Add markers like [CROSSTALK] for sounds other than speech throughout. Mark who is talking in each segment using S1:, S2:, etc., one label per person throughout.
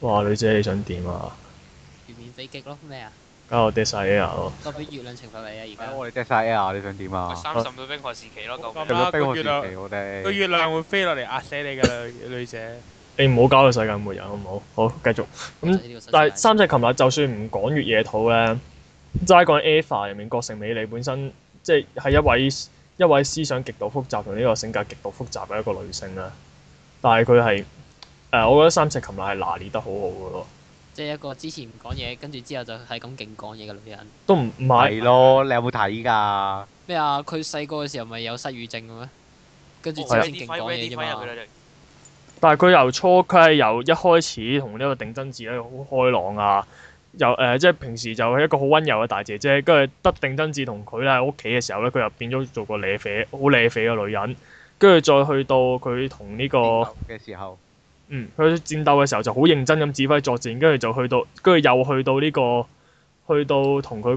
S1: 哇！女姐你想點啊？
S2: 全面飛擊咯，咩
S3: [LAUGHS]
S2: 啊？
S1: 加我 Desair 咯，
S2: 個俾月亮懲罰你啊！
S4: 我哋 d e a Air，你想點啊？
S3: 三十到冰河時期咯，究
S5: 咁
S3: 竟
S4: 入咗
S5: 啦，
S4: 冰河
S5: 個
S4: 時
S5: 月亮
S4: 期，我
S5: 個
S4: 哋
S5: 月亮會飛落嚟壓死你㗎啦，女女姐。
S1: 你唔好搞到世界末日好唔好？好，繼續。
S2: 而
S3: 嗯
S1: 咁
S2: 家
S1: 但係三隻琴日就算唔講越野兔咧，齋講 Eva 入面郭城美里本身即係係一位一位思想極度複雜同呢個性格極度複雜嘅一個女性啦。但係佢係誒，我覺得三隻琴日係拿捏得好好嘅咯，
S2: 即係一個之前唔講嘢，跟住之後就係咁勁講嘢嘅女人。
S1: 都唔唔係
S4: 係咯，你有冇睇㗎？
S2: 咩啊？佢細個嘅時候咪有失語症嘅咩？跟
S3: 哦
S2: 住
S1: 係
S2: 之後
S1: 啊
S2: 先勁講嘢啫嘛。
S1: 但係佢由初佢係由一開始同呢個定真子咧好開朗啊，又誒、呃即係平時就係一個好温柔嘅大姐姐，跟住得定真子同佢咧喺屋企嘅時候咧，佢又變咗做個瀨啡好瀨啡嘅女人，跟住再去到佢同呢個
S4: 嘅時候，
S1: 嗯佢戰鬥嘅時候就好認真咁指揮作戰，跟住就去到跟住又去到呢、個。去到同佢嗰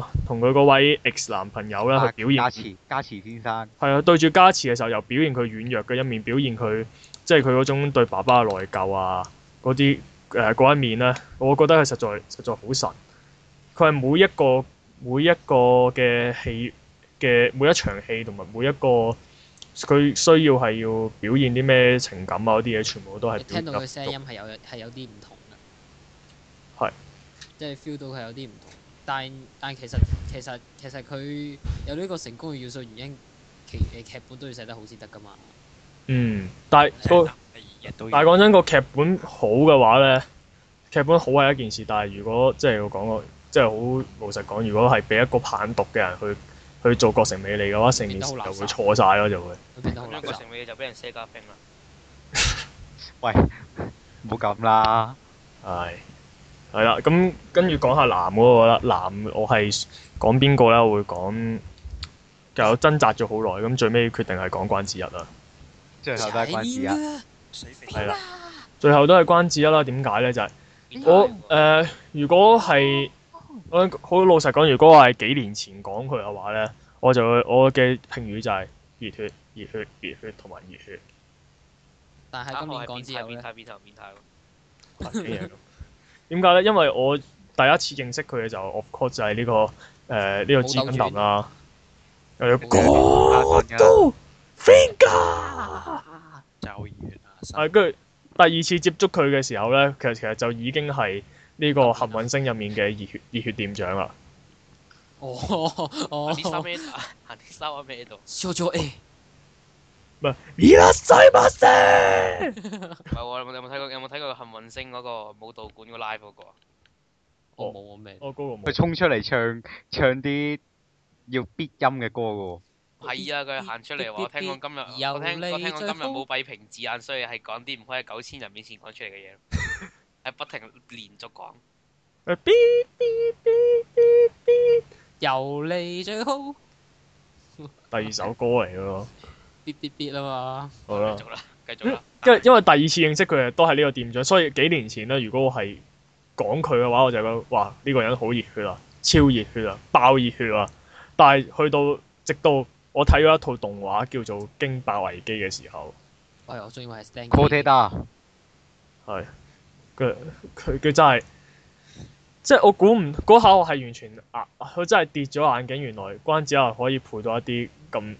S1: 個同佢嗰位 ex 男朋友啦，
S4: 啊
S1: 去表現
S4: 加持加持先生，
S1: 係啊，對住加持嘅時候又表現佢軟弱嘅一面，表現佢即係佢嗰種對爸爸嘅內疚啊，嗰啲誒嗰一面咧，我覺得佢實在實在好神。佢係每一個每一個嘅戲嘅每一場戲同埋每一個佢需要係要表現啲咩情感啊嗰啲嘢，全部都係
S2: 你聽到
S1: 表
S2: 佢
S1: 現
S2: 聲
S1: 得
S2: 音係有係有啲唔同嘅。
S1: 係。
S2: 即係 feel 到佢有啲唔同，但但其實其實其實佢有呢個成功嘅要素原因，其誒劇本都要寫得好先得噶嘛。
S1: 嗯，但係個。
S3: 日都
S1: 但係講真，個劇本好嘅話咧，劇本好係一件事，但係如果即係我講個，即係好老實講，如果係俾一個棒讀嘅人去去做國城美利嘅話，成件事就會錯晒咯，就會。
S2: 佢變得好
S3: 咁
S2: 垃
S3: 樣個
S2: 圾。
S3: 成尾就俾人卸加冰啦。
S4: 唔好咁啦。
S1: 係。係啦，咁跟住講下男嗰個啦，男我係講邊個咧？我會講，就掙扎咗好耐，咁最尾決定係講關之一啦。
S4: 最後都係關事啊！
S2: 啊！
S1: 係啦，最後都係關之一啦。點解咧？就係、我誒、呃如果係我好老實講，如果我係幾年前講佢嘅話咧，我就會我嘅評語就係熱血、熱血、熱血同埋熱血
S2: 但係今年講之後
S3: 啊哦變
S2: 咧，
S3: 態變態變態咯。
S1: 呢啲嘢咁。點解咧？因為我第一次認識佢嘅就 of course 就係呢、個呃誒呢、個
S2: 武鬥
S1: G
S2: 傳
S1: Gundam 啦，又有
S4: 我都
S1: Finger。
S3: 就完啦。
S1: 係啊跟住第二次接觸佢嘅時候咧，其實其實就已經係呢個幸運星入面嘅熱血熱血店長啦。
S2: 哦哦哦
S3: 行啲衫咩？行啲衫喺咩度？
S2: ，show
S1: 哦
S2: 咗 A，
S1: 唔係，伊拉西馬斯。
S3: 唔係喎，有冇有冇睇過有冇睇過幸運星嗰個舞蹈館個 live 嗰個啊？
S2: 我冇我未。
S1: 我哦高個
S4: 佢
S1: 冇。
S4: 衝出嚟唱唱啲要必音嘅歌嘅
S3: 係啊，佢行出嚟話，我聽講今日
S2: 由
S3: 我聽我
S2: 你
S3: 聽講
S2: 最
S3: 今日
S2: 高
S3: 冇閉屏字眼，所以係講啲唔可以喺九千人面前講出嚟嘅
S2: [LAUGHS]
S3: 嘢咯，係不停連續講。
S1: 誒嗶嗶嗶嗶嗶
S2: 由你最好，別
S1: 第二首歌嚟嘅咯，
S2: 別別啊嘛！
S1: 好啦
S3: 繼。續啦，繼續啦。
S1: 因為因為第二次認識佢係都係呢個店長，所以幾年前咧，如果我係講佢嘅話，我就覺得哇呢、個人好熱血啊，超熱血啊，爆熱血啊！但係去到直到我睇咗一套動畫叫做《驚爆危機》嘅時候，
S2: 哎呀，我仲以為係
S1: 嗯
S2: stand。
S4: 喎。歌 a
S1: 係佢佢佢真係即係我估唔嗰下我係完全啊，佢真係跌咗眼鏡，原來關子啊可以配到一啲咁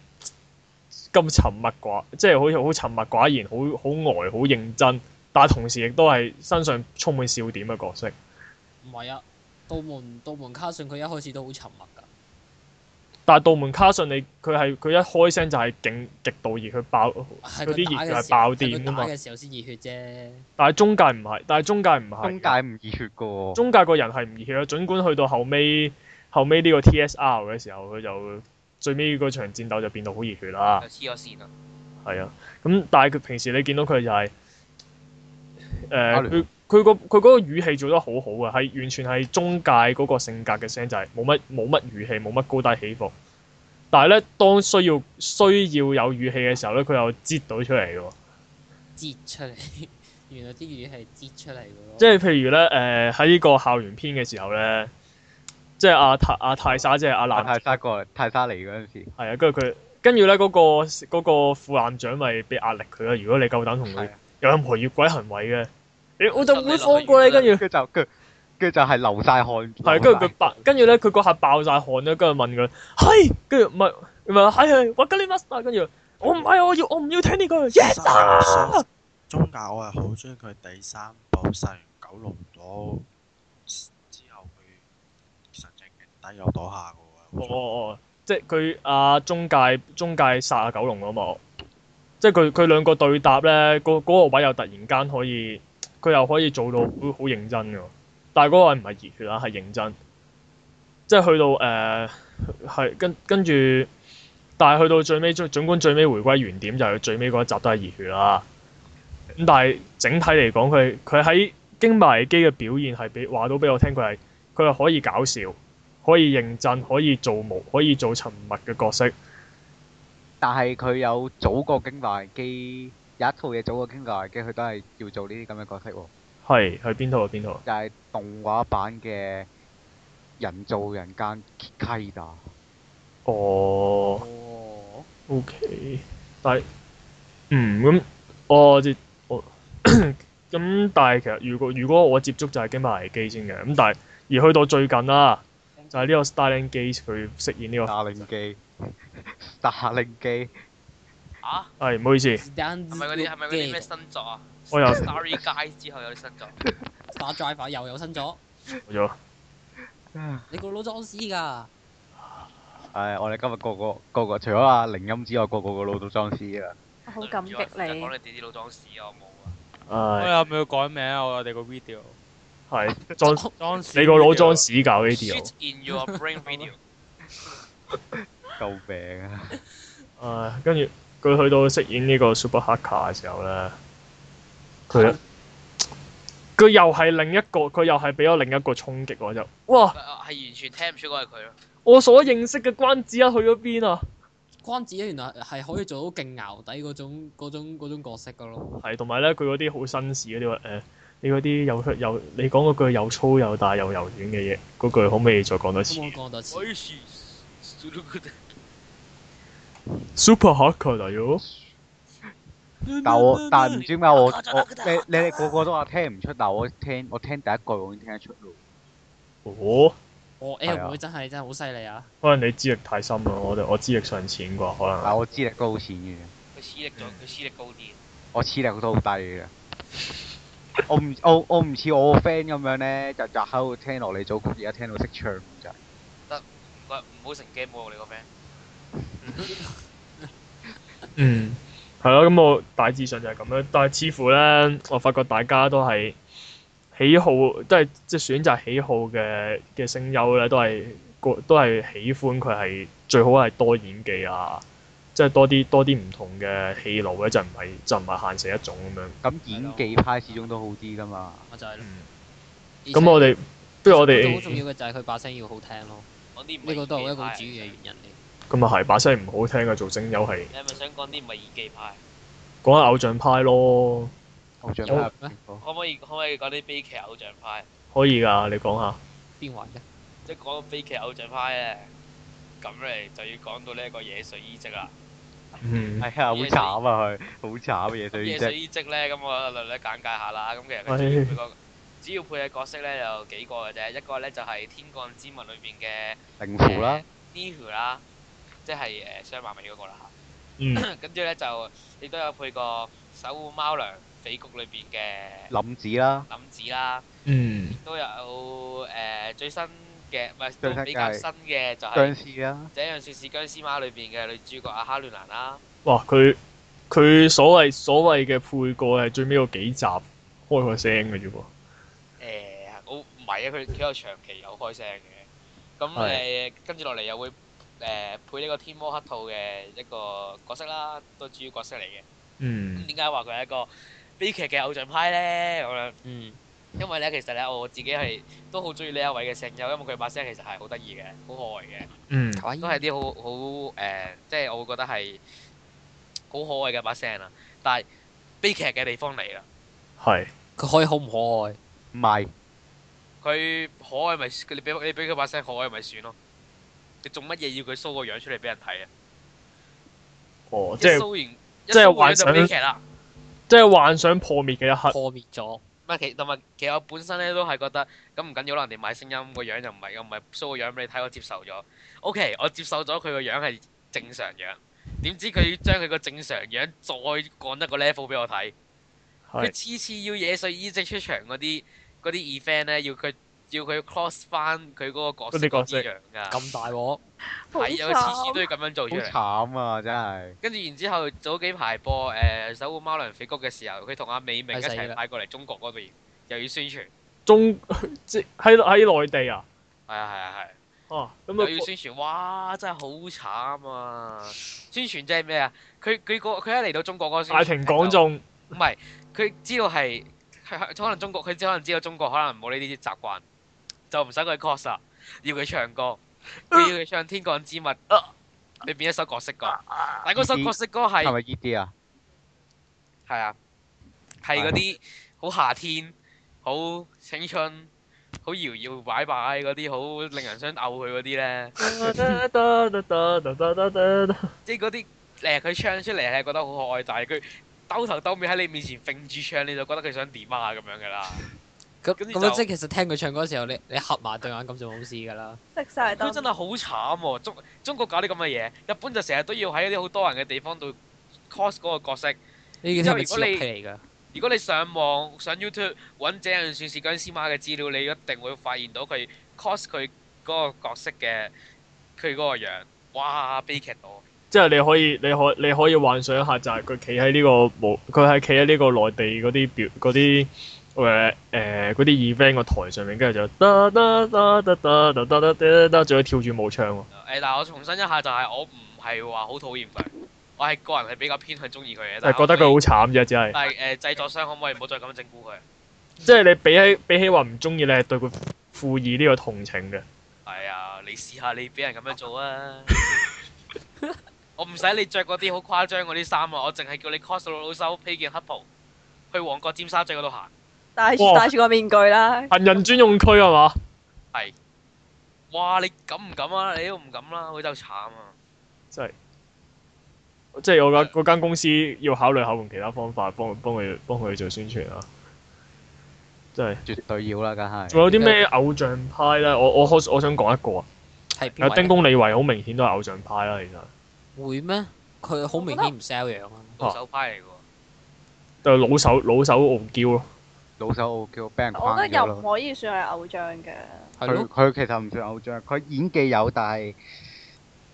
S1: 咁沉默寡，即係好似好沉默寡言，好好呆，好認真，但係同時亦都係身上充滿笑點嘅角色。
S2: 唔係啊，杜門杜門卡信佢一開始都好沉默㗎。
S1: 但係道門卡信你佢係佢一開聲就係勁極度熱去爆，
S2: 係
S1: 嗰啲熱
S2: 佢打嘅
S1: 血係
S2: 時候
S1: 爆
S2: 係佢
S1: 點啊
S2: 打
S1: 嘛。
S2: 嘅時候先熱血啫。
S1: 但係中介唔係，但係中介唔係。啊
S4: 中介唔熱血嘅喎。
S1: 中介個人係唔熱血嘅，儘管去到後尾後尾呢個 TSR 嘅時候，佢就最尾嗰場戰鬥就變到好熱血啦
S3: 又，黐咗線啊！
S1: 係啊。咁但係佢平時你見到佢就係、
S4: 打
S1: 誒
S4: 亂
S1: 佢佢個佢嗰個語氣做得好好啊，係完全係中介嗰個性格嘅聲，就係冇乜冇乜語氣，冇乜高低起伏。但係咧，當需要需要有語氣嘅時候咧，佢又擠到出嚟嘅喎。
S2: 擠出嚟， [LAUGHS] 原來啲語係擠出嚟嘅咯。
S1: 即係譬如咧，誒喺呢個校園篇嘅時候咧，即係阿泰阿泰莎，即係阿
S4: 阿
S1: 南
S4: 泰莎過嚟，泰莎嚟嗰陣時，
S1: 係啊，跟住佢，跟住咧嗰個嗰、個副艦長咪俾壓力佢啦。如果你夠膽同佢
S4: 係啊
S1: 有任何越軌行為嘅，你啊我就唔會放過你，跟住
S4: 跟住就跟跟住就係流晒汗，
S1: 係，跟住佢爆，跟住咧佢嗰下爆晒汗咧，跟住問佢係，跟住唔係唔係係係，我跟你 must 跟住我唔係我要我唔要聽呢句 yes 啊！
S6: 中間我係好中意佢第三部殺完九龍島之後，佢神情勁低又躲下嘅
S1: 哦
S6: 喎。
S1: 哦哦，即係佢阿中介中介殺阿九龍嗰幕，即係佢佢兩個對答咧，嗰、嗰個位又突然間可以，佢又可以做到好好認真嘅喎，但係嗰個位唔係熱血啊，係認真，即係去到誒呃係、跟跟住，但係去到最尾，總總管最尾回歸原點就係佢最尾嗰一集都係熱血啦。咁但係整體嚟講，佢佢喺經貿危機嘅表現係俾話到俾我聽，佢係佢係可以搞笑。可以認真，可以做無，可以做沉默嘅角色。
S4: 但係佢有早過經大機，有一套嘢早過經大機，佢都係要做呢啲咁嘅角色喎，
S1: 係係邊套啊？邊套啊？
S4: 就係、動畫版嘅人造人間 Kida。
S1: 哦
S2: 哦，
S1: ，OK，但係嗯咁，我接我咁，但係其實如果如果我接觸就係經貿危機先嘅，咁但係而去到最近啦，就係、呢個 Starling Gate 佢飾演呢、個
S4: 打令 [LAUGHS] 機，打令機，
S3: 啊，
S1: 係唔好意思，
S3: 係咪嗰啲係咪嗰啲咩新作啊
S1: 我又
S3: [LAUGHS] ？Starry Guys 之後有啲新作，
S2: 打 driver 又有新咗，
S1: 錯咗。
S2: 你個佬裝屎㗎，
S4: 唉，我哋今日個個個個除咗阿靈音之外，個個個老到裝屍啊！
S7: 好感激
S3: 對唔住我
S7: 你
S3: 講。你哋啲老裝屎啊，我冇啊。
S5: 我
S1: 唉，
S5: 有冇要改名啊？我哋個 video
S1: 係裝
S5: 裝屎
S1: 你個腦
S5: video
S1: 裝屎搞呢啲
S3: Shit in your brain video， [LAUGHS]
S4: 救命啊！
S1: 啊！唉，跟住佢去到飾演呢個 Super Hacker 嘅時候咧，佢佢又係另一個，佢又係俾咗另一個衝擊我就，哇！
S3: 係完全聽唔出嗰係佢咯。
S1: 我所認識嘅關子一去咗邊啊？
S2: 關子原來係可以做到勁淆底嗰種嗰種嗰種角色㗎咯。
S1: 係，同埋咧佢嗰啲好紳士嗰啲話誒，你嗰啲又又你講嗰句又粗又大又柔軟嘅嘢，嗰句可唔可以再講多次
S2: 咁我講多次，
S1: 啊
S3: 我是 s u p e
S1: ？Super Hacker 嚟咗，
S4: 但我但係唔知點解我我你你哋個個都話聽唔出，但我聽我聽第一句我已經聽得出咯。
S1: 哦，
S2: 我
S4: 係
S2: L
S4: 啊
S2: 妹真係真係好犀利啊！
S1: 可能你資歷太深啦，我哋我資歷尚淺啩，可能
S4: 但我資歷都好淺嘅，
S3: 佢私力咗，
S2: 嗯
S3: 佢私力高啲。
S4: 我資歷都好低嘅。我唔我我唔似我個 friend 咁樣咧，就就喺度聽落嚟組曲，而家聽到識唱咁滯。
S3: 喂，唔好乘機侮辱你個 friend。
S1: 嗯，係咯，咁我大致上就係咁樣，但係似乎咧，我發覺大家都係喜好，都係即係選擇喜好嘅嘅聲優咧，都係個都係喜歡佢係最好係多演技啊，即係多啲多啲唔同嘅戲路咧，就唔係就唔係限死一種咁樣。
S4: 咁演技派始終都好啲噶嘛。
S2: 我就係咯。
S1: 咁我哋不如我
S2: 而且好重
S1: 哋
S2: 要嘅就係佢把聲要好聽咯，
S3: 講啲唔係
S2: 呢個都係一個好主
S3: 演
S2: 要嘅
S3: 技
S2: 原因嚟。
S1: 咁啊係把聲唔好聽嘅做聲優係
S3: 派。你係咪想講啲唔係演技派？
S1: 講下偶像派咯，
S4: 偶像
S1: 好
S4: 派
S3: 可唔可以可唔可以講啲悲劇偶像派？
S1: 可以㗎，你講下。
S2: 邊位咧？
S3: 即係講到悲劇偶像派咧，咁嚟就要講到呢一個野水衣職啦。
S1: 嗯，
S4: [LAUGHS] 係啊，好慘啊佢，好慘嘅嘢對
S3: 野
S4: 啫。
S3: 水衣職咧，咁我略略簡介下啦。咁其實佢主要
S1: 係
S3: 配角，主要配嘅角色咧有幾個嘅啫，一個咧就係《天降之物》裏邊嘅
S4: 靈符啦，
S3: 呢條啦，即係呃誒雙馬尾嗰個啦嚇。
S1: 嗯，
S3: 跟住咧就亦都有配過《守護貓娘》緋谷裏邊嘅
S4: 林子啦，
S3: 林子啦，
S1: 嗯，
S3: 都有誒、呃最新嘅唔係
S4: 最新
S3: 都比較
S4: 嘅係
S3: 新嘅就係、
S4: 僵屍啦，
S3: 這樣說是僵屍貓裏邊嘅女主角阿哈亂蘭啦，
S1: 哇！佢佢所謂所謂嘅配角係最尾嗰幾集開個聲嘅啫喎。
S3: 誒、我唔係啊，佢佢有長期有開聲嘅，咁誒、
S1: 係
S3: 跟住落嚟又會誒、呃配呢個天魔黑兔嘅一個角色啦，都主要角色嚟嘅。咁
S1: 嗯
S3: 點解話佢係一個悲劇嘅偶像派咧？咁樣？
S2: 嗯，
S3: 因為咧，其實咧我自己係都好中意呢一位嘅聲優，因為佢把聲其實係好得意嘅，好可愛嘅，
S1: 嗯
S2: 卡哇伊
S3: 都係啲好好誒，即係我會覺得係好可愛嘅把聲啊！但係悲劇嘅地方嚟啦，
S1: 係
S2: 佢可以好唔可愛？
S4: 唔係
S3: 佢可愛咪佢你俾你俾佢把聲可愛咪算咯，你做乜嘢要佢 show 個樣出嚟俾人睇啊？
S1: 哦，
S3: 一
S1: 即係
S3: show 完，
S1: 即係
S3: 一 show 個樣
S1: 幻想
S3: 就悲劇啦，
S1: 即係幻想破滅嘅一刻。
S2: 破滅咗，
S3: 唔唔係其同埋其實我本身咧都係覺得咁唔緊要啦，人哋買聲音個樣就唔係咁，唔係 show 個樣俾你睇，我接受咗。O.K. 我接受咗佢個樣係正常樣，點知佢將佢個正常樣再降一個 level 俾我睇。佢
S1: 係
S3: 次次要野水衣即出場嗰啲嗰啲 event 咧，要佢要佢 cross 翻佢嗰個角色
S1: 嗰啲角色
S3: 一樣㗎，
S2: 咁大鑊，
S7: 好
S3: 係啊，佢次次
S7: 慘
S3: 都要咁樣做出嚟。
S4: 好慘啊！真係
S3: 跟住然之後，早幾排播誒、呃守護貓糧肥谷嘅時候，佢同阿美明一
S2: 係死
S3: 齊
S2: 啦
S3: 派過嚟中國嗰邊，又要宣傳，係
S1: 中 [LAUGHS] 即喺喺內地啊，
S3: 啊係啊
S1: 哦
S3: 係，又
S1: 咁
S3: 要
S1: 啊
S3: 宣傳，哇！真係好慘啊！宣傳即係咩啊？佢佢個佢一嚟到中國嗰個宣
S1: 大
S3: 傳
S1: 庭
S3: 就
S1: 廣 [LAUGHS] 眾
S3: 唔係佢知道係係可能中國佢只可能知道中國可能冇呢啲習慣，就唔使佢 cos 啦，要佢唱歌，
S1: 啊
S3: 要佢唱《天降之物》啊你變一首角色歌，
S1: 啊
S3: 但係嗰首角色歌係
S4: 係。咪呢啲啊？
S3: 係啊，係嗰啲好夏天、好青春、好搖搖擺擺嗰啲，好令人想嘔佢嗰啲咧，即係嗰啲誒佢唱出嚟係覺得好可愛，但係佢兜頭兜尾喺你面前揈住唱，你就覺得佢想點啊咁樣噶啦。
S2: 咁
S3: 跟住
S2: 咁啊
S3: 就
S2: 即係其實聽佢唱歌嘅時候，你你合埋對眼咁就冇事㗎啦。
S7: 食晒
S3: 佢
S7: 燈
S3: 真係好慘喎！中中國搞啲咁嘅嘢，日本就成日都要喺啲好多人嘅地方度 cos 嗰個角色。
S2: 呢件係咪黐肉屁嚟㗎？
S3: 如果你上網上 YouTube 揾井人算是僵屍媽嘅資料，你一定會發現到佢 cos 佢嗰個角色嘅佢嗰個樣，哇悲劇到！
S1: 即係你可以你可你可以幻想一下，就係佢企喺呢個無佢係企喺呢個內地嗰啲表嗰啲誒誒嗰啲 event 個台上面，跟住就得得得得得得得得得，仲要跳住舞唱喎。
S3: 誒、但係我重申一下就係、我唔係話好討厭佢，我係個人係比較偏向中意佢嘅，
S1: 但 [LAUGHS]
S3: 但
S1: 係覺得佢
S3: 我
S1: 好慘啫，只係
S3: 但係誒、製 [LAUGHS] 作商可唔可以唔好再咁樣整蠱佢？
S1: 即係你比起比起話唔中意，你係對佢負義呢個同情嘅。
S3: 係啊，你試下你俾人咁樣做 [LAUGHS] 啊！我唔使你着嗰啲好誇張嗰啲衫啊，我淨係叫你 cos 到老手披件黑袍去旺角尖沙咀嗰度行。
S7: 戴住
S1: 哇
S7: 戴住個面具啦，
S1: 行人專用區係嘛？
S3: 哇！你敢唔敢啊？你都唔敢啦，佢就慘啊！
S1: 真係，即係我覺得嗰間公司要考慮下用其他方法幫幫佢幫佢做宣傳啊！真係，
S4: 絕對要啦，梗係。
S1: 仲有啲咩偶像派咧？我我可我想講一個啊！
S2: 係
S1: 阿
S2: 邊
S1: 丁
S2: 位
S1: 公李維好明顯都係偶像派啦，其實
S2: 嚟？會咩？佢好明顯唔 sell 樣啊！
S3: 老手派嚟嘅喎，
S1: 就老手老手傲嬌咯。
S4: 老手叫俾人
S7: 我
S4: 框
S7: 覺得又
S4: 咗
S7: 唔
S4: 咯。
S7: 可以算係偶像嘅。
S2: 係
S4: 佢
S2: 咯，
S4: 佢其實唔算偶像，佢演技有，但係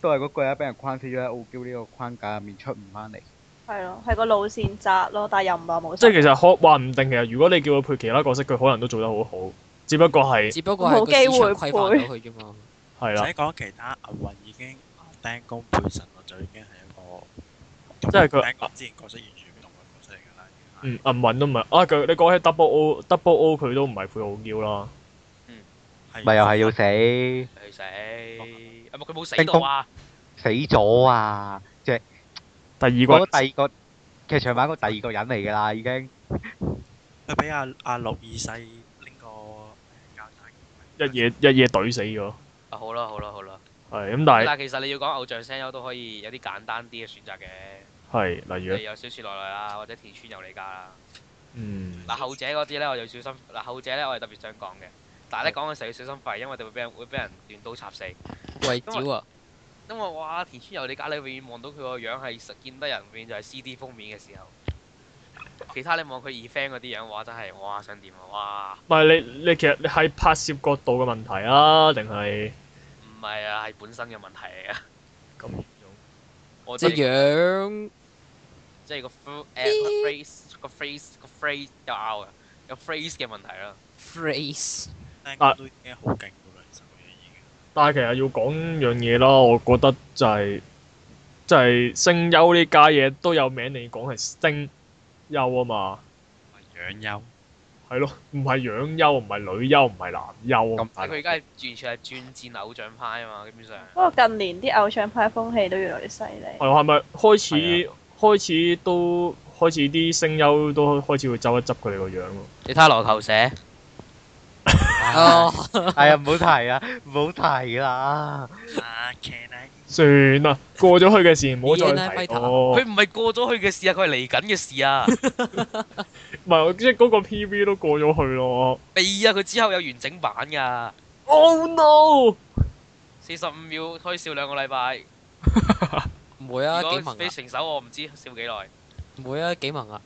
S4: 都係嗰句啊，俾人框死咗喺傲嬌呢個框架入面出唔翻嚟。
S7: 係咯，係個路線窄咯，但係又唔係冇。
S1: 即係其實可話唔定，其實如果你叫佢配其他角色，佢可能都做得好好，只不過係
S2: 只不過係個市場規範咗佢啫嘛。
S1: 係
S6: 唔
S1: 啦
S6: 使，講其他，阿雲已經阿釘公配神，我就已經係一個同
S1: 即係佢
S6: 釘公之前角色完全唔同嘅角色嚟㗎啦，已經係
S1: 嗯，銀魂都唔係啊！佢你講起 Double O Double O 佢都唔係配傲嬌啦，
S4: 咪又係
S1: [LAUGHS]
S4: 要死
S3: 佢
S1: 哦
S3: 死，啊唔係佢冇死
S4: 丁
S3: 到
S4: 公
S3: 啊！
S4: 死咗啊！
S1: 第二
S4: 嗰個
S1: 個
S4: 第二個劇場版嗰個第二個人嚟㗎啦，
S1: [LAUGHS]
S4: 已經。
S6: 佢俾阿阿六二世拎個交帶，
S1: 一夜一夜懟死咗，
S3: 啊好啦好啦好啦，
S1: 係咁，但係
S3: 但係其實你要講偶像聲優都可以有啲簡單啲嘅選擇嘅，
S1: 係例如
S3: 例如
S1: 咧
S3: 有小雪奈奈啦，啊或者田村由里加啦。
S1: 嗯
S3: 嗱後者嗰啲咧我就小心，嗱後者咧我係特別想講嘅，但係咧講嘅時候要小心肺，因為佢哋會俾人會俾人亂刀插死。
S2: 喂，屌啊！
S3: 因為哇田村由里加你永遠望到佢個樣係實見得人，永遠就係 CD 封面嘅時候。其他你望佢 event 嗰啲樣，哇真係哇想點啊哇！
S1: 唔係你你其實你係拍攝角度嘅問題啊，定係
S3: 唔係啊，係本身嘅問題
S2: [LAUGHS]
S3: 嚟啊！
S1: 咁嚴重？
S3: 我
S2: 隻
S3: 哋
S2: 樣
S3: 即係個 ph- 誒個 phrase 個 phrase 個 phrase 有拗嘅，有 phrase 嘅問題啦。
S2: phrase
S6: 釘公都已經好勁㗎啦，其實佢已經。
S1: 但係其實要講樣嘢啦，我覺得就係、就係、聲優呢家嘢都有名你講係聲優啊嘛，
S6: 養優，
S1: 係咯，唔係樣優，唔係女優，唔係男優啊
S4: 咁
S1: 嘛。
S3: 但係佢而家係完全係轉戰偶像派啊嘛，基本上。
S7: 不過近年啲偶像派風氣都越來越犀利。
S1: 係係咪開始開始都開始啲聲優都開始會執一執佢哋個樣喎？
S3: 你睇下羅球社，
S2: 哦，
S4: 哎呀，唔好提啦，唔好提啦。
S6: 啊，can I？
S1: 算啦，過咗去嘅事唔好再提
S3: 佢
S1: 咯。
S3: 唔係過咗去嘅事啊，佢係嚟緊嘅
S2: [LAUGHS]
S3: 事啊。
S1: 唔係，即係嗰個 P.V. 都過咗去咯。
S3: 未啊，佢之後有完整版噶，
S1: Oh no！
S3: 四十五秒可以笑兩個禮拜。
S2: 唔會啊，幾
S3: 如果
S2: 萌
S3: 俾
S2: 啊，
S3: 成手，我唔知笑幾耐。
S2: 唔會啊，幾萌啊！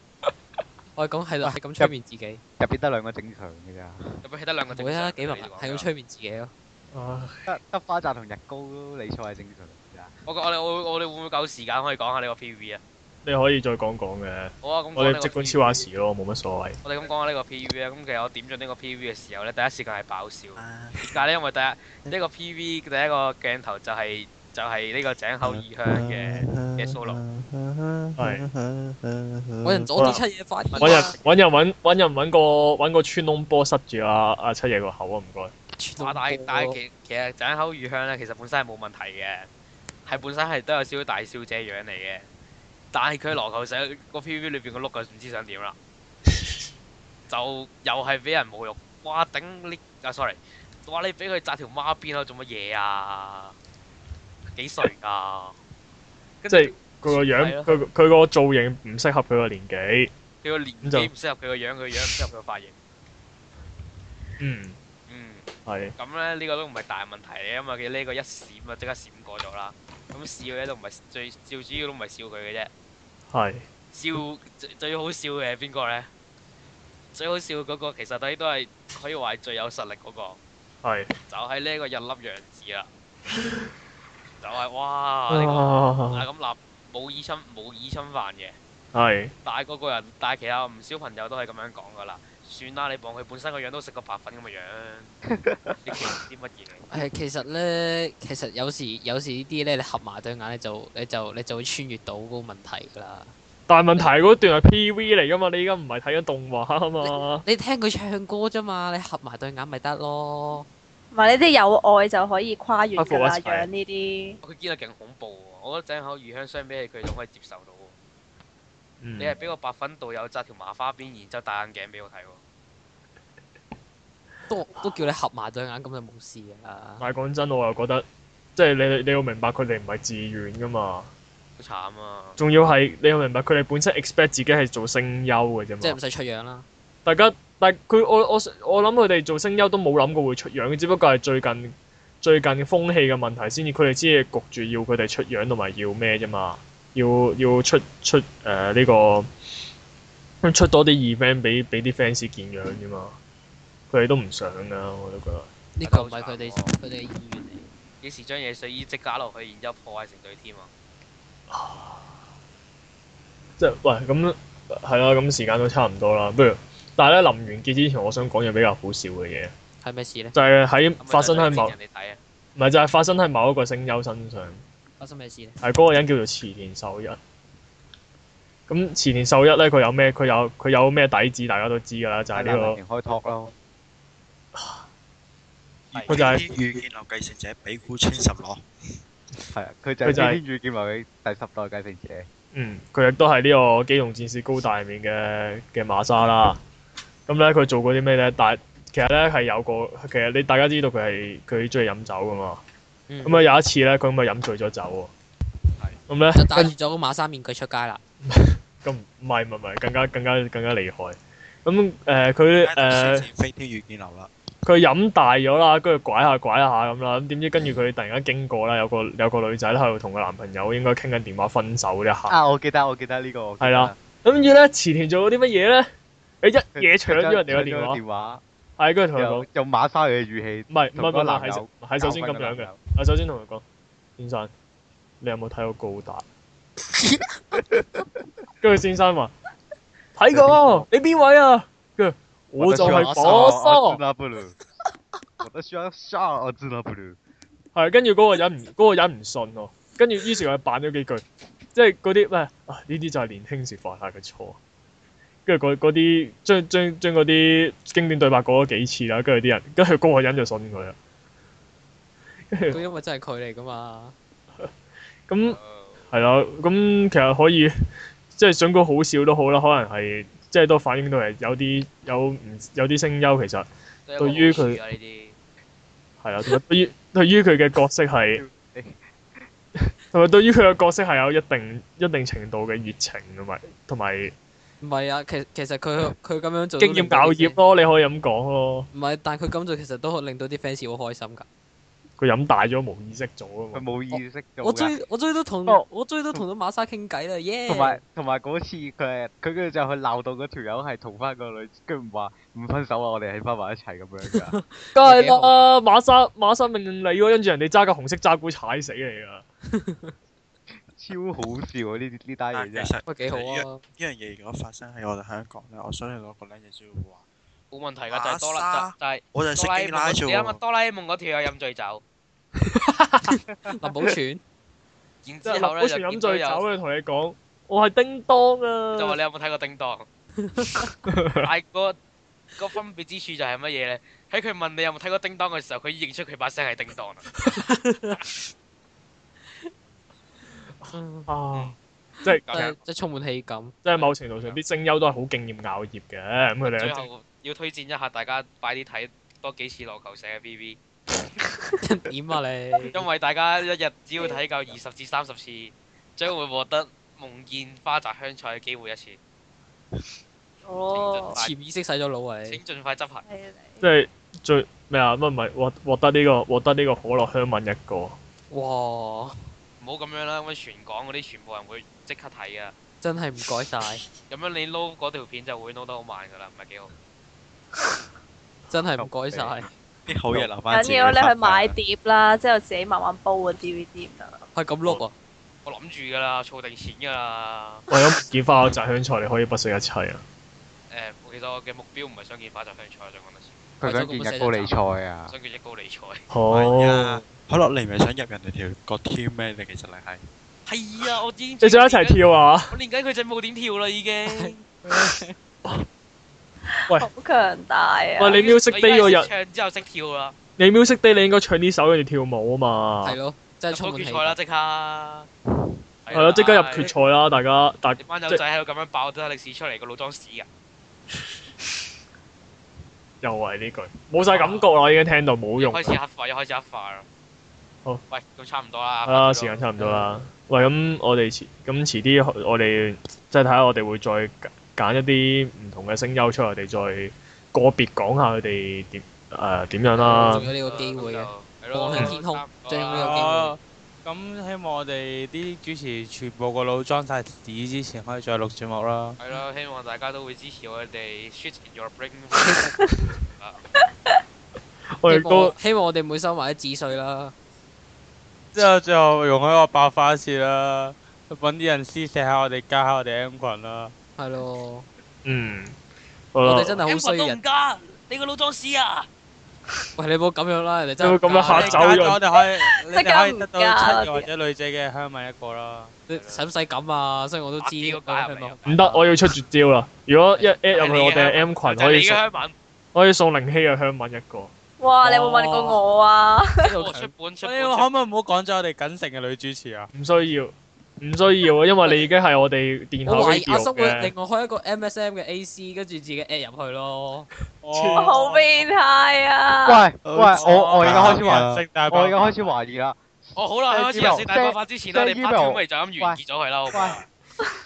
S2: 我係咁係係咁催眠自己，
S4: 入邊得兩個正常嘅咋，
S3: 入邊得兩個
S2: 唔
S3: 正
S2: 會啊，
S3: 常。
S2: 幾萌啊，係咁催眠自己咯。
S1: 唉
S4: 得得花澤同日高咯，你錯係正常嘅咋。
S3: 我覺我哋我我哋會唔會夠時間可以講下呢個 PV 啊？
S1: 你可以再講講嘅，
S3: 好啊，咁
S1: 我
S3: 講呢
S1: 哋
S3: 個
S1: 即管
S3: PV
S1: 超下時咯，冇乜所謂。
S3: 我哋咁講下呢個 PV 啊，咁其實我點進呢個 PV 嘅時候咧，第一時間係爆笑。
S6: 啊
S3: 點解咧？因為第一呢個 PV 第一個鏡頭就係就係呢個井口義香
S5: 啊
S3: 嘅。嘅 solo
S1: 嗯
S2: 我人阻止七嘢發
S1: 揾人
S2: 言啊！
S1: 揾人揾揾人揾個揾個穿窿波塞住阿阿七爺個口啊！唔該。
S3: 啊！但係但係其其實井口裕香咧，其實本身係冇問題嘅，係本身係都有少少大小姐樣嚟嘅。但係佢羅球社個 PV 裏邊個 look 就唔知想點
S1: [LAUGHS]
S3: 啦，就又係俾人侮辱。哇！頂你啊，sorry！哇！你俾佢紮條孖辮喺度做乜嘢啊？幾衰㗎！跟
S1: 即
S3: 住
S1: 係佢個
S3: 係
S1: 樣，
S3: 咯
S1: 佢佢個造型唔適合佢個年紀。
S3: 佢個年
S1: 咁就
S3: 紀唔適合佢個樣，佢個樣唔適合佢個髮型。
S1: 嗯，
S3: 嗯。
S1: 係
S3: 咁咧呢個都唔係大問題嘅，因為佢呢個一閃啊，即刻閃過咗啦。咁笑咧都唔係最最主要都唔係笑佢嘅啫，
S1: 係
S3: 笑最最好笑嘅係邊個咧？最好笑嗰個其實都都係可以話係最有實力嗰個，
S1: 係。
S3: 就係呢個日粒楊子啦。就係哇呢個
S1: 啊
S3: 啊咁立冇以侵冇以侵犯嘅，
S1: 係
S3: 但係嗰個人但係其實唔少朋友都係咁樣講噶啦。算啦，你望佢本身個樣都食過白粉咁嘅樣，你奇啲乜嘢？
S2: 誒，其實咧，其實有時有時呢啲咧，你合埋對眼咧，就你就你就會穿越到嗰個問題㗎啦。
S1: 但係問題嗰段係 P.V. 嚟㗎嘛？你而家唔係睇緊動畫啊
S3: [LAUGHS]
S1: 嘛？
S2: 你聽佢唱歌啫嘛，你合埋對眼咪得咯。
S7: 唔係你啲有愛就可以跨越㗎啦，
S1: 不過一齊
S7: 養呢啲。
S3: 佢見得勁恐怖喎！我覺得井口魚香相比起佢仲可以接受到喎。
S1: 嗯
S3: 你係俾個白粉導友紮條麻花辮，然之後戴眼鏡俾我睇喎。
S2: 都都叫你合埋對眼，咁就冇事㗎啦。
S1: 但係講真，我又覺得即係你你要明白佢哋唔係自願㗎嘛，
S3: 好慘啊！
S1: 仲要係你要明白佢哋本身 expect 自己係做聲優嘅啫嘛。
S2: 即係唔使出樣啦。
S1: 大家，但係佢我我我諗佢哋做聲優都冇諗過會出樣，只不過係最近最近嘅風氣嘅問題先至，佢哋先至焗住要佢哋出樣同埋要咩啫嘛，要要出出呃誒呢、個出多啲 event 俾俾啲 fans 見樣啫嘛，佢哋都唔想㗎，我都覺得。
S2: 呢
S3: 大
S2: 個
S3: 家好
S2: 唔係佢哋
S3: 慘喎
S2: 佢哋嘅意願嚟。
S3: 幾時將嘢水衣即加落去，然之後破壞成隊添啊！
S1: 即係喂咁係啦，咁時間都差唔多啦，不如。但係咧，臨完結之前，我想講樣比較好笑嘅嘢，
S2: 係咩事咧？
S1: 就係、喺
S3: 咁咪
S1: 發生喺某
S3: 人哋睇啊！
S1: 唔係就係、發生喺某一個聲優身上。
S2: 發生咩事咧？
S1: 係嗰個人叫做池田秀一。咁池田秀一咧，佢有咩？佢有佢有咩底子？大家都知㗎啦，就係、呢、
S4: 個開拓咯。
S1: 佢就係
S6: 遇見流繼承者比古清十攞，
S4: 係啊，佢就
S1: 佢就係
S4: 係天宇劍流嘅第十代繼承者。
S1: 個嗯，佢亦都係呢個機動戰士高大入面嘅嘅馬莎啦。咁咧，佢做過啲咩咧？但其實咧係有個，其實你大家知道佢係佢中意飲酒㗎嘛。
S2: 嗯
S1: 咁啊、有一次咧，佢咁啊飲醉咗酒喎。咁咧
S2: 就戴住咗個馬莎面具出街啦。
S1: 咁唔係唔係唔係，更加更加更加厲害。咁誒佢誒。
S6: 飛天遇見流啦，
S1: 佢飲大咗啦，跟住拐下拐下咁啦，咁點知跟住佢突然間經過啦，有個有個女仔喺度同個男朋友應該傾緊電話分手呢一下。
S4: 啊，我記得，我記得呢個。我記得
S1: 係啦，咁跟住咧，池田做咗啲乜嘢咧？佢一嘢搶咗人哋個電
S4: 搶咗 [LAUGHS]
S1: 話
S4: 電，話，
S1: 係跟住同佢講
S4: 又，用馬莎嘅語氣。
S1: 唔係唔
S4: 同
S1: 係
S4: 嗰
S1: 唔
S4: 個
S1: 係，
S4: 男
S1: 係首
S4: 友
S1: 係首先咁樣嘅，係首先同佢講，先生，你有冇睇過高
S4: [LAUGHS]
S1: 達？跟住先生話睇
S4: [LAUGHS]
S1: 過，你邊位啊？跟住我就係火
S4: 我
S1: 叔。
S4: 知啦不如我都需要沙，我知啦不如
S1: 係，跟住嗰個人唔嗰、個人唔信喎，跟住於是佢扮咗幾句，即係嗰啲咩啊呢啲就係年輕時犯下嘅錯，跟住嗰嗰啲將將將嗰啲經典對白講咗幾次啦，跟住啲人，跟住嗰個人就信佢啦。
S2: 佢因為真係佢嚟㗎嘛。
S1: 嗯
S3: 哦
S1: [LAUGHS] 咁係啦，咁其實可以即係想講好笑都好啦，可能係即係都反映到係有啲有唔有啲聲優其實
S3: 都有
S1: 對於
S3: 個好處啊
S1: 佢
S3: 㗎呢啲。
S1: 係啦，同埋對於 [LAUGHS] 對於佢嘅角色係，同埋對於佢嘅角色係有一定一定程度嘅熱情同埋同埋
S2: 唔係啊，其其實佢佢咁樣做都
S1: 經驗
S2: 令到
S1: 熬
S2: 啲
S1: 業
S2: fans-
S1: 咯，你可以咁講咯。
S2: 唔係，但係佢咁做其實都令到啲 fans 好開心㗎。
S1: 佢飲大咗冇意識咗啊
S4: 佢
S1: 嘛，
S4: 冇意識到
S2: 我
S4: 嘅。
S2: 追我追都同
S4: 不過
S2: 我追都同到馬莎傾偈啦，耶！
S4: 同埋同埋嗰次佢係佢跟住就去鬧到嗰條友係同翻個女，跟住話唔分手啊，我哋喺翻埋一齊咁樣 [LAUGHS] 㗎。
S1: 梗係
S2: 幾好
S1: 啦，馬莎馬莎命令你喎，跟住人哋揸架紅色渣古踩死你啊！
S4: 超好笑啊！呢啲呢單嘢
S6: 但
S4: 真
S6: 其
S4: 係。
S6: 實
S2: 喂幾好
S6: 呢
S2: 啊！
S6: 呢樣嘢如果發生喺我哋香港咧，我相信攞個靚嘢主要話，
S3: 冇問題㗎，就係多啦，就就係
S6: 我就係
S3: 哆啦
S6: 識
S3: A
S6: 基拉
S3: 夢嗰。
S6: 啫
S3: 你諗下
S6: 喎。
S3: 哆啦 A 夢嗰條友飲醉酒，
S2: 林保全
S3: 然
S1: 即
S3: 之
S1: 係
S3: 後
S1: 好
S3: 咧
S1: 似
S3: 就
S1: 飲
S3: 見到
S1: 醉酒
S3: 有。
S1: 嘅同你講，我係叮當
S3: [LAUGHS] 就話
S1: 啊！
S3: 你有冇睇過叮當？但係個個分別之處就係乜嘢咧？喺佢問你有冇睇過叮當嘅時候，佢已認出佢把聲係叮當啦。嗯
S1: 啊，即係
S2: 真係真係充滿氣感。
S1: 即係某程度上啲聲優都係好敬業熬業嘅，咁佢哋
S3: 最
S1: 一定
S3: 後要推薦一下大家快啲睇多幾次《羅球社》嘅 VV，
S2: 點啊
S3: [LAUGHS]
S2: 你？
S3: 因為大家一日只要睇夠二十至三十次，將會獲得夢見花澤香菜嘅機會一次。
S7: 哦，
S2: 潛意識洗咗腦啊你
S3: 請！盡快執行。
S7: 犀利
S1: 即係最咩啊？乜唔係獲獲得呢個獲得呢個可樂香吻一個。
S2: 哇，
S3: 唔好咁樣啦，咁樣全港嗰啲全部人會即刻睇啊！
S2: 真係唔該晒，
S3: 咁樣你撈嗰條片就會撈得好慢㗎啦，唔係幾好。
S2: 真係唔該晒。
S6: 啲好嘢留翻。
S7: 緊要你去買。碟啦，之後自己慢慢煲個 DVD 唔得啦。
S2: 係咁碌啊！
S3: 我諗住㗎啦，儲定錢㗎啦。
S1: 為咗見花口澤香菜，你可以不惜一切啊！
S3: 誒、其實我嘅目標唔係想見花澤香菜，我想講得少，
S4: 佢想見日高理賽啊！
S3: 想見一高理財。
S1: 好，
S3: 哎
S6: 可樂你唔係想入人哋條個 team 咩？你其實你係
S3: 係 [LAUGHS] 啊，我已經
S1: 你想一齊？跳啊？
S3: 我練緊佢隻舞點跳啦，
S1: [LAUGHS]
S3: 已經。
S7: 好強大啊！
S1: 喂，你 music day 嗰日，
S3: 唱之後識跳啦，
S1: 你 music day 你應該唱呢首跟住跳舞啊嘛。
S2: 係咯，真係充
S3: 入
S2: 滿
S3: 決
S2: 氣
S3: 賽啦，
S2: 感。
S3: 即刻。係啊
S1: 係
S2: 啊
S1: 咯，即刻入決。賽啦！大家，大
S3: 你班友仔喺度咁樣爆得歷史出嚟，個腦裝屎㗎。
S1: 又係呢句，冇晒感覺啦，已經聽到冇用
S3: 開。始黑化，又開始黑化啦。
S1: 好。
S3: 喂，咁差唔多啦。
S1: 係啊啦，時間差唔多啦。喂，咁我哋遲咁遲啲，我哋即係睇下我哋會再揀揀一啲唔同嘅聲優出嚟，我哋再個別講下佢哋點誒點樣啦
S2: 仲。有呢個機會嘅。
S3: 係
S2: 望
S3: 咯，
S2: 向天空將呢個機會
S5: 哦咁希望我哋啲主持全部個腦裝晒紙之前，可以再錄節目啦。
S3: 係咯，希望大家都會支持我哋 Shit in Your
S1: [LAUGHS]
S3: Brain。啊
S1: 我
S2: 希
S1: 哋都
S2: 望希望我哋每收埋啲紙碎啦。
S5: 之後最後容許我爆發一次啦，揾啲人施舍下我哋，加下我哋 M 群啦。
S2: 係咯，
S1: 嗯，好啦
S2: 我哋。真係好衰嘅人。
S3: 加，你個腦裝屎啊！
S2: 喂，你唔好咁樣啦，人哋真
S1: 你會咁樣嚇
S2: 係
S1: 走
S5: 加
S1: 人
S5: 咗我哋可以，你哋可以得
S7: 即刻唔加
S5: 到七個或者女仔嘅香吻一個啦。
S2: 你使唔使咁啊？雖然我都知
S3: 呢個
S2: 我
S3: 加入
S2: 係咪啊
S3: 嚟
S1: 唔得，我要出絕招啦！如果一 at 入
S3: 係你
S1: 去
S3: 嘅
S1: 我哋嘅 M 群，
S3: 香就係
S1: 可以
S3: 你嘅
S2: 啊
S1: 送
S3: 香
S1: [LAUGHS]
S3: 吻，
S1: 可以送靈希嘅香吻一個。
S7: 哇！你有冇問過我啊？
S2: 呢度
S3: 哦出
S2: 強
S3: 本出
S5: 你
S3: 本
S5: 可唔可以唔好講咗我哋僅剩嘅女主持啊？
S1: 唔需要，唔需要啊，因為你已經係我哋電
S2: 我
S1: 口
S2: 懷
S1: 嘅
S2: 疑阿叔會
S1: 嘅
S2: 另。外開一個 MSM 嘅 AC，跟住自己 at 入去咯。
S7: 我好變態啊！
S4: 喂喂，我我而家開始懷，
S5: 聖誕
S4: 我
S5: 爆
S4: 而家開始懷疑啦。
S3: 哦，好啦，開始人性大爆發之前咧，
S4: 即係
S3: 你 part two 咪就咁完結咗佢啦，好唔好啊？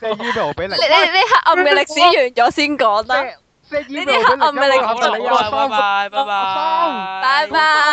S4: 喂，send email 俾
S7: 你
S4: 零，
S7: 你你黑暗嘅歷史完咗先講啦。
S4: send
S7: 呢
S4: email
S7: 啲黑暗
S4: 俾
S7: 嘅歷
S4: 零，
S7: 史
S3: 好啦，好啦，拜拜，拜拜，
S7: 拜拜。